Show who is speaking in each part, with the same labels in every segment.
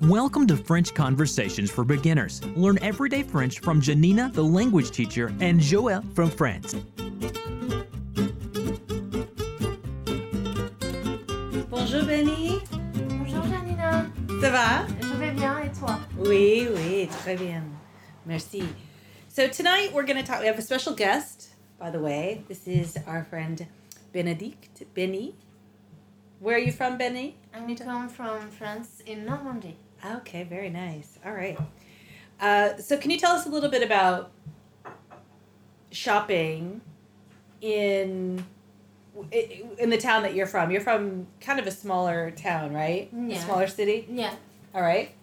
Speaker 1: Welcome to French Conversations for Beginners. Learn everyday French from Janina, the language teacher, and Joël from France.
Speaker 2: Bonjour Benny,
Speaker 3: Bonjour Janina,
Speaker 2: ça va?
Speaker 3: je vais bien et toi
Speaker 2: Oui, oui, très bien. Merci. So tonight we're going to talk. We have a special guest, by the way. This is our friend Benedict Benny. Where are you from, Benny?
Speaker 3: I come from France in Normandy.
Speaker 2: Okay, very nice. All right. Uh, so can you tell us a little bit about shopping in in the town that you're from? You're from kind of a smaller town, right? A
Speaker 3: Yeah.
Speaker 2: smaller city.
Speaker 3: Yeah,
Speaker 2: All right.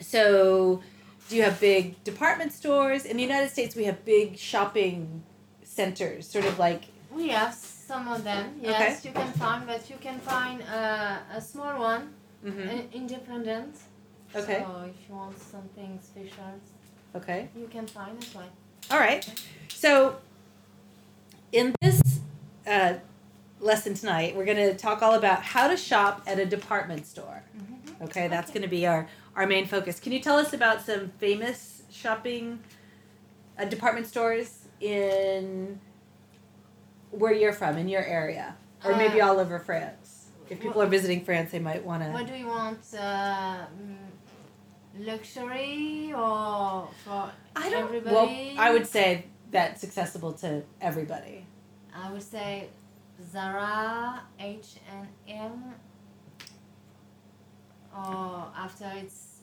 Speaker 2: So, do you have big department stores? In the United States, we have big shopping centers, sort of like,
Speaker 3: we have some of them. Yes, you can find, but you can find uh, a small one, an independent.
Speaker 2: Mm-hmm. okay,
Speaker 3: So if you want something special,
Speaker 2: okay.
Speaker 3: you can find it. Like
Speaker 2: All right. So, in this uh, lesson tonight, we're going to talk all about how to shop at a department store.
Speaker 3: Mm-hmm.
Speaker 2: Okay, that's going to be our, our main focus. Can you tell us about some famous shopping uh, department stores in where you're from, in your area, or maybe
Speaker 3: Uh,
Speaker 2: all over France? If people are visiting France, they might want to.
Speaker 3: What do you want? Uh, mm, luxury or for
Speaker 2: I don't.
Speaker 3: everybody?
Speaker 2: Well, I would say that's accessible to everybody.
Speaker 3: I would say Zara, H and M, or after it's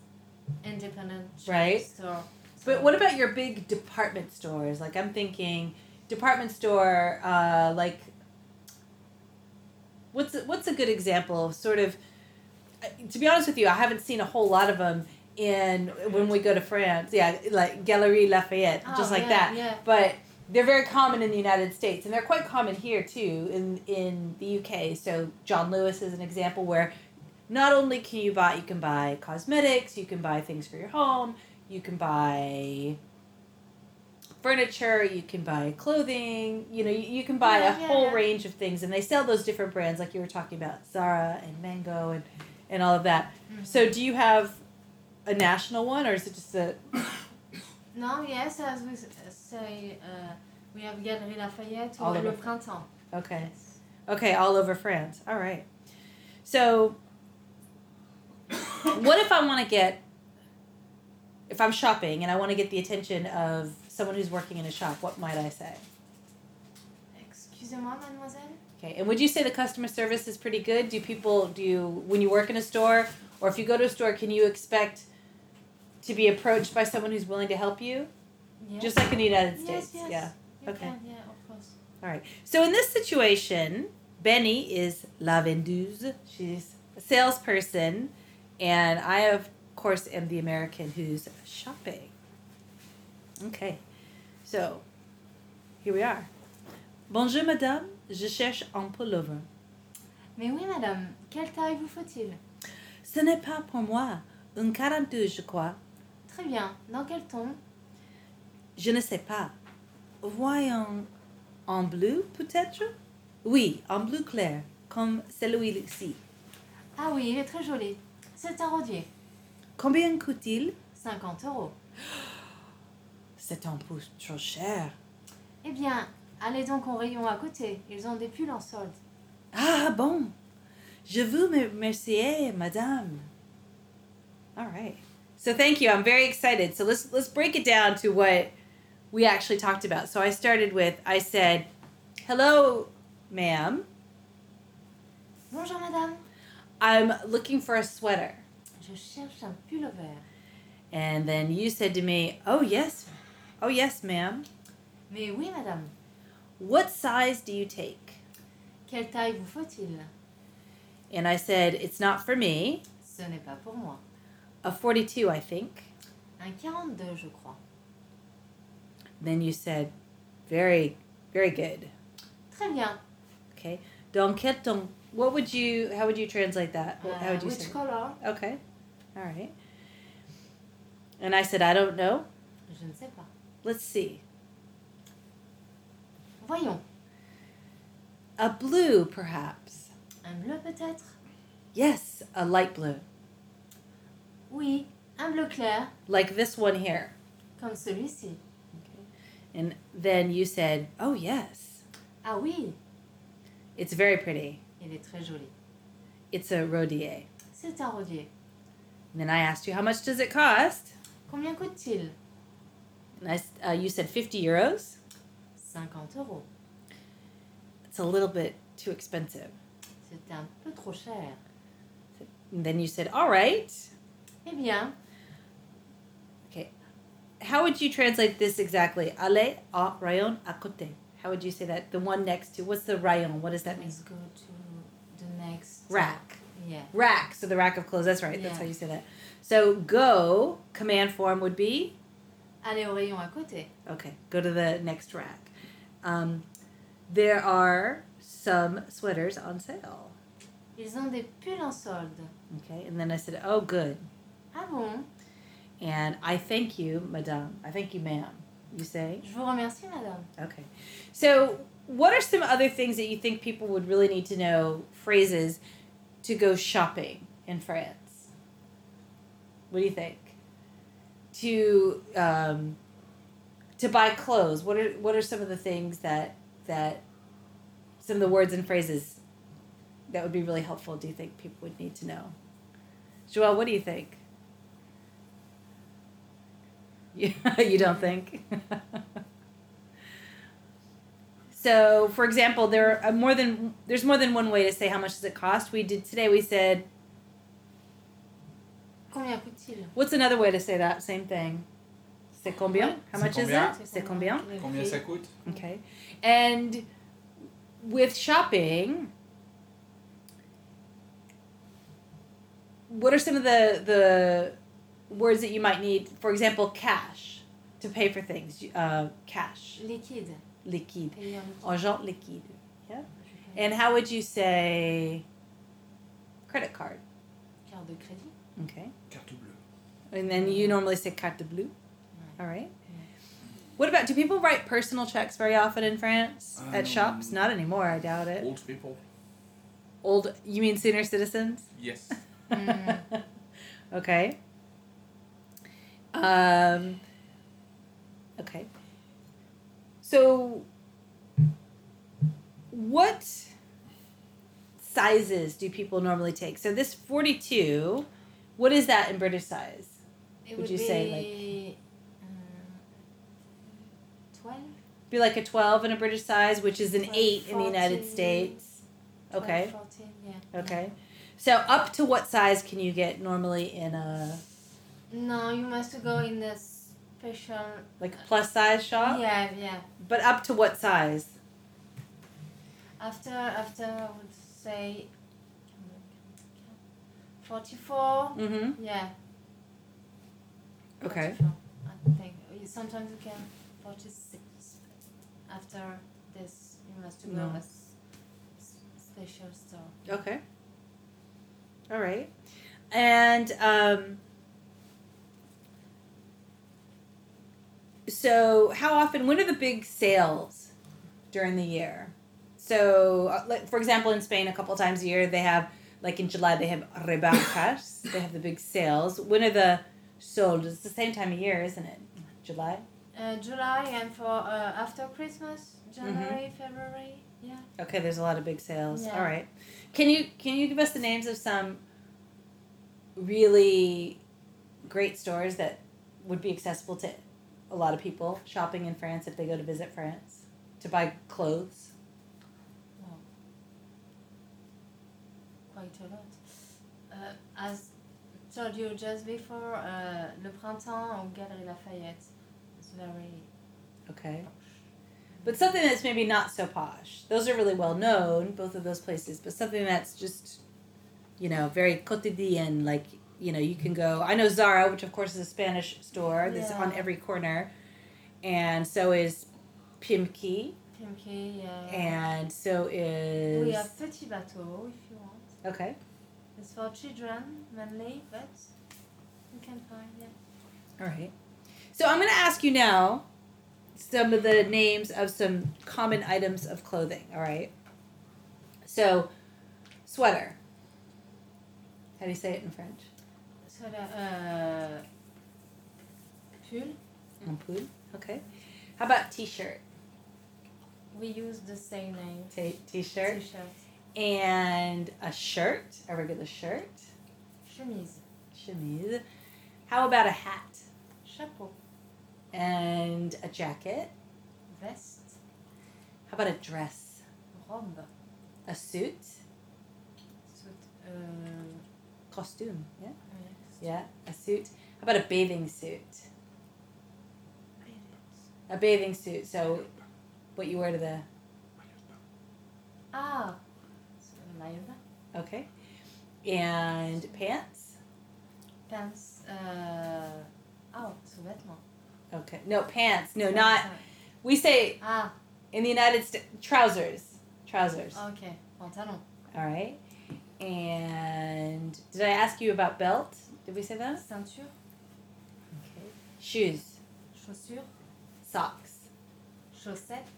Speaker 3: independent shop
Speaker 2: Right.
Speaker 3: store.
Speaker 2: But what about your big department stores? Like I'm thinking department store, uh, like what's a, what's a good example? of Sort of. I- To be honest with you, I haven't seen a whole lot of them in when we go to France. Yeah, like Galerie Lafayette, just
Speaker 3: Oh,
Speaker 2: like
Speaker 3: yeah,
Speaker 2: that.
Speaker 3: yeah.
Speaker 2: But they're very common in the United States, and they're quite common here too in in the UK. So John Lewis is an example where not only can you buy, you can buy cosmetics, you can buy things for your home, you can buy furniture, you can buy clothing, you know, you, you can buy a
Speaker 3: Yeah, yeah,
Speaker 2: whole
Speaker 3: yeah.
Speaker 2: range of things. And they sell those different brands, like you were talking about Zara and Mango and, and all of that. So, do you have a national one or is it just a.
Speaker 3: No, yes, as we s- say, uh, we have Galerie Lafayette
Speaker 2: All
Speaker 3: or
Speaker 2: over
Speaker 3: Le
Speaker 2: France.
Speaker 3: Printemps.
Speaker 2: Okay. Okay, all over France. All right. So, what if I want to get, if I'm shopping and I want to get the attention of someone who's working in a shop, what might I say?
Speaker 3: Excusez-moi, mademoiselle.
Speaker 2: Okay, and would you say the customer service is pretty good? Do people do you when you work in a store or if you go to a store, can you expect to be approached by someone who's willing to help you?
Speaker 3: Yes.
Speaker 2: Just like in the United
Speaker 3: yes,
Speaker 2: States.
Speaker 3: yes.
Speaker 2: Yeah.
Speaker 3: You
Speaker 2: Okay.
Speaker 3: Can, yeah, of course.
Speaker 2: All right. So in this situation, Benny is la vendeuse. She's a salesperson, and I of course am the American who's shopping. Okay. So here we are. Bonjour madame, je cherche un pullover.
Speaker 3: Mais oui, madame, quelle taille vous faut-il
Speaker 2: Ce n'est pas pour moi. Un 42, je crois.
Speaker 3: Très bien. Dans quel ton
Speaker 2: Je ne sais pas. Voyons. En bleu, peut-être Oui, en bleu clair, comme celui-ci.
Speaker 3: Ah oui, il est très joli. C'est un rodier.
Speaker 2: Combien coûte-t-il
Speaker 3: 50 euros.
Speaker 2: C'est un peu trop cher.
Speaker 3: Eh bien, allez donc au rayon à côté. Ils ont des pulls en solde.
Speaker 2: Ah bon. Je vous remercie, madame. All right. So thank you. I'm very excited. So let's let's break it down to what we actually talked about. So I started with I said, "Hello, ma'am.
Speaker 3: Bonjour madame.
Speaker 2: I'm looking for a sweater."
Speaker 3: Je cherche un pullover.
Speaker 2: And then you said to me, "Oh yes, oh yes, ma'am.
Speaker 3: Mais oui madame.
Speaker 2: What size do you take?"
Speaker 3: Quelle taille vous faut-il
Speaker 2: And I said, "It's not for me.
Speaker 3: Ce n'est pas pour moi.
Speaker 2: A 42, I think."
Speaker 3: Un 42, je crois.
Speaker 2: Then you said, "Very, very good."
Speaker 3: Très bien.
Speaker 2: Okay. Don't get them. What would you? How would you translate that? What- How
Speaker 3: Euh,
Speaker 2: would you
Speaker 3: which
Speaker 2: say?
Speaker 3: color
Speaker 2: Okay. All right. And I said, I don't know.
Speaker 3: Je ne sais pas.
Speaker 2: Let's see.
Speaker 3: Voyons.
Speaker 2: A blue, perhaps.
Speaker 3: Un bleu peut-être
Speaker 2: Yes, a light blue.
Speaker 3: Oui, un bleu clair,
Speaker 2: like this one here.
Speaker 3: comme celui-ci.
Speaker 2: And then you said, oh, yes,
Speaker 3: Ah oui,
Speaker 2: it's very pretty.
Speaker 3: il est très joli.
Speaker 2: It's a rodier.
Speaker 3: C'est un rodier.
Speaker 2: And then I asked you, how much does it cost?
Speaker 3: Combien coûte-t-il
Speaker 2: And I, s- uh, you said 50 euros.
Speaker 3: 50 euros.
Speaker 2: It's a little bit too expensive.
Speaker 3: C'est un peu trop cher.
Speaker 2: And then you said, all right.
Speaker 3: Eh bien,
Speaker 2: How would you translate this exactly? Allez au rayon à côté. How would you say that? The one next to. What's the rayon? What does that mean?
Speaker 3: let's go to the next
Speaker 2: Rack.
Speaker 3: Yeah.
Speaker 2: Rack. So the rack of clothes. That's right. That's
Speaker 3: Yeah.
Speaker 2: how you say that. So go command form would be
Speaker 3: Allez au rayon à côté.
Speaker 2: okay. Go to the next rack. Um, there are some sweaters on sale.
Speaker 3: Ils ont des pulls en solde.
Speaker 2: Okay, and then I said, oh good,
Speaker 3: Ah bon
Speaker 2: and I thank you, madame. I thank you, ma'am. You say
Speaker 3: Je vous remercie, madame.
Speaker 2: okay. So what are some other things that you think people would really need to know phrases to go shopping in France? What do you think? To um, to buy clothes. What are what are some of the things that that some of the words and phrases that would be really helpful? Do you think people would need to know? Joelle, what do you think? You, you don't think? so, for example, there are more than there's more than one way to say how much does it cost. We did today. We said
Speaker 3: Combien coûte-t-il
Speaker 2: What's another way to say that? Same thing. C'est combien? How
Speaker 4: C'est
Speaker 2: much is
Speaker 4: combien?
Speaker 2: it? C'est combien?
Speaker 3: le
Speaker 4: Combien
Speaker 3: prix
Speaker 4: ça coûte
Speaker 2: Okay. And with shopping, what are some of the the words that you might need? For example, cash to pay for things. Uh, cash,
Speaker 3: Liquide.
Speaker 2: liquide,
Speaker 3: Payé en liquide.
Speaker 2: argent liquide. And how would you say credit card?
Speaker 3: Carte de crédit.
Speaker 2: Okay.
Speaker 4: Carte bleue.
Speaker 2: And then you normally say carte bleue. All right. What about do people write personal checks very often in France
Speaker 4: Um,
Speaker 2: at shops? Not anymore, I doubt it.
Speaker 4: Old people.
Speaker 2: Old, you mean senior citizens?
Speaker 4: Yes.
Speaker 3: Mm.
Speaker 2: okay. Um, okay. So, what sizes do people normally take? So this forty-two, what is that in British size?
Speaker 3: It
Speaker 2: Would you say,
Speaker 3: be, um, 12?
Speaker 2: be like a 12 in a British size, which is an
Speaker 3: 12,
Speaker 2: 8 in the United
Speaker 3: 14.
Speaker 2: States.
Speaker 3: 12,
Speaker 2: Okay,
Speaker 3: 14, yeah.
Speaker 2: okay. So, up to what size can you get normally in a
Speaker 3: No, you must go in the special.
Speaker 2: like plus size shop?
Speaker 3: Yeah, yeah.
Speaker 2: But up to what size?
Speaker 3: After, after I would say 44.
Speaker 2: Mm-hmm.
Speaker 3: Yeah.
Speaker 2: Okay.
Speaker 3: 44, I think You- sometimes you can 46. After this, you must go
Speaker 2: No.
Speaker 3: a s- s- special store.
Speaker 2: Okay. All right. And um, so, how often, when are the big sales during the year? So, uh, like, for example, in Spain, a couple times a year, they have, like in July, they have rebajas, they have the big sales. When are the sold? It's the same time of year, isn't it? July?
Speaker 3: Uh, July and for uh, after Christmas,
Speaker 2: Mm-hmm.
Speaker 3: January, February. Yeah.
Speaker 2: Okay, there's a lot of big sales.
Speaker 3: Yeah.
Speaker 2: All right. Can you can you give us the names of some really great stores that would be accessible to a lot of people shopping in France if they go to visit France to buy clothes?
Speaker 3: Wow. Quite a lot. Uh, as told you just before, uh, Le Printemps au Galerie Lafayette is very.
Speaker 2: Okay. But something that's maybe not so posh. Those are really well known, both of those places, but something that's just you know, very quotidian like you know, you can go. I know Zara, which of course is a Spanish store that's
Speaker 3: Yeah.
Speaker 2: on every corner, and so is Pimki.
Speaker 3: Pimki, yeah.
Speaker 2: And so is
Speaker 3: Uh-huh. uh, we have Petit Bateau if you want.
Speaker 2: okay.
Speaker 3: It's for children mainly, but you can find it.
Speaker 2: All right. So I'm going to ask you now some of the names of some common items of clothing. All right. So sweater. How do you say it in French?
Speaker 3: cela, euh, pull.
Speaker 2: En pull. Okay. How about t-shirt?
Speaker 3: We use the same name.
Speaker 2: T- t-shirt
Speaker 3: T-shirt.
Speaker 2: and a shirt, a regular shirt.
Speaker 3: Chemise.
Speaker 2: Chemise. How about a hat
Speaker 3: Chapeau.
Speaker 2: and a jacket?
Speaker 3: Veste.
Speaker 2: How about a dress?
Speaker 3: Robe.
Speaker 2: A suit?
Speaker 3: Suit. Euh,
Speaker 2: Costume. Yeah.
Speaker 3: ouais.
Speaker 2: Yeah. A suit. How about a bathing suit? A bathing suit. So, what you wear to the
Speaker 3: Ah. So, maillot de bain.
Speaker 2: okay, and pants.
Speaker 3: Pants. Euh, ah, sous-vêtements.
Speaker 2: Okay. No pants. No, not.
Speaker 3: Pants,
Speaker 2: We say
Speaker 3: euh, Ah,
Speaker 2: in the United States trousers. Trousers.
Speaker 3: ok. Pantalon.
Speaker 2: All right. And did I ask you about belt? Did we say that?
Speaker 3: Ceinture.
Speaker 2: Okay. Shoes,
Speaker 3: Chaussures.
Speaker 2: socks,
Speaker 3: Chaussettes.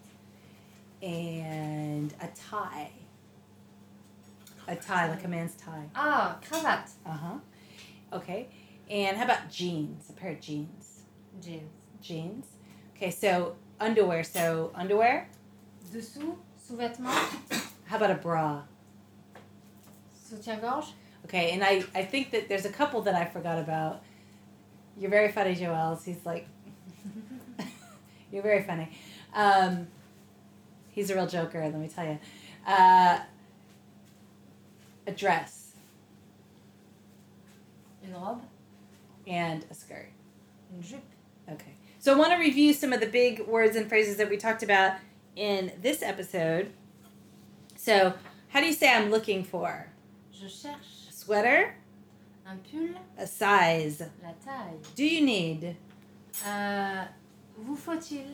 Speaker 2: and a tie. A tie, like a man's tie.
Speaker 3: Ah, cravate.
Speaker 2: Uh huh. Okay. And how about jeans? A pair of jeans.
Speaker 3: Jeans.
Speaker 2: Jeans. Okay, so underwear. So underwear.
Speaker 3: Dessous. Sous-vêtements.
Speaker 2: How about a bra?
Speaker 3: Soutien-gorge.
Speaker 2: Okay, and I, I think that there's a couple that I forgot about. You're very funny, Joels. He's like, you're very funny. Um, he's a real joker, let me tell you. Uh, a dress
Speaker 3: Une robe.
Speaker 2: and a skirt.
Speaker 3: Une jupe.
Speaker 2: Okay. So I want to review some of the big words and phrases that we talked about in this episode. So, how do you say I'm looking for?
Speaker 3: Je cherche
Speaker 2: A sweater,
Speaker 3: un pull.
Speaker 2: a size.
Speaker 3: La taille.
Speaker 2: Do you need?
Speaker 3: Euh, vous faut-il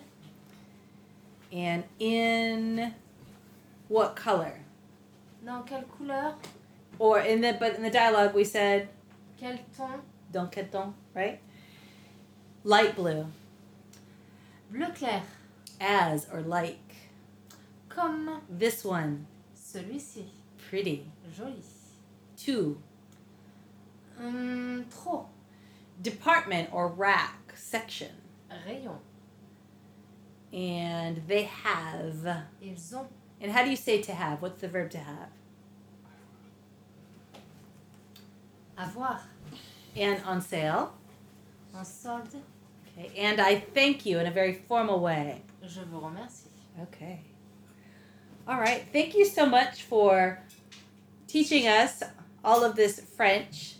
Speaker 2: And in what color?
Speaker 3: Dans quelle couleur
Speaker 2: Or in the but in the dialogue we said
Speaker 3: Quel ton
Speaker 2: don quel ton, right? Light blue,
Speaker 3: Bleu clair.
Speaker 2: as or like.
Speaker 3: Comme
Speaker 2: This one,
Speaker 3: celui-ci.
Speaker 2: pretty.
Speaker 3: Joli.
Speaker 2: Two,
Speaker 3: Hum, trop.
Speaker 2: department or rack, section.
Speaker 3: Rayon.
Speaker 2: And they have.
Speaker 3: Ils ont.
Speaker 2: And how do you say to have? What's the verb to have?
Speaker 3: Avoir.
Speaker 2: And on sale.
Speaker 3: En solde.
Speaker 2: Okay. And I thank you in a very formal way.
Speaker 3: Je vous remercie.
Speaker 2: Okay. All right. Thank you so much for teaching us all of this French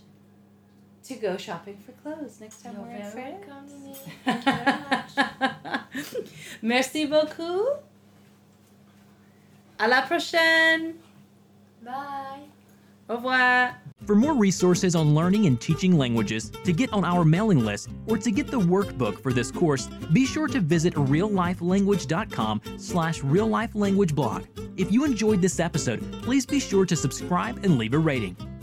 Speaker 2: to go shopping for clothes next time
Speaker 3: You're
Speaker 2: we're in
Speaker 3: very
Speaker 2: France.
Speaker 3: welcome, Mimi. Thank you very much.
Speaker 2: Merci beaucoup. À la prochaine.
Speaker 3: Bye.
Speaker 2: Au revoir.
Speaker 1: For more resources on learning and teaching languages, to get on our mailing list, or to get the workbook for this course, be sure to visit reallifelanguage.com slash reallifelanguageblog. If you enjoyed this episode, please be sure to subscribe and leave a rating.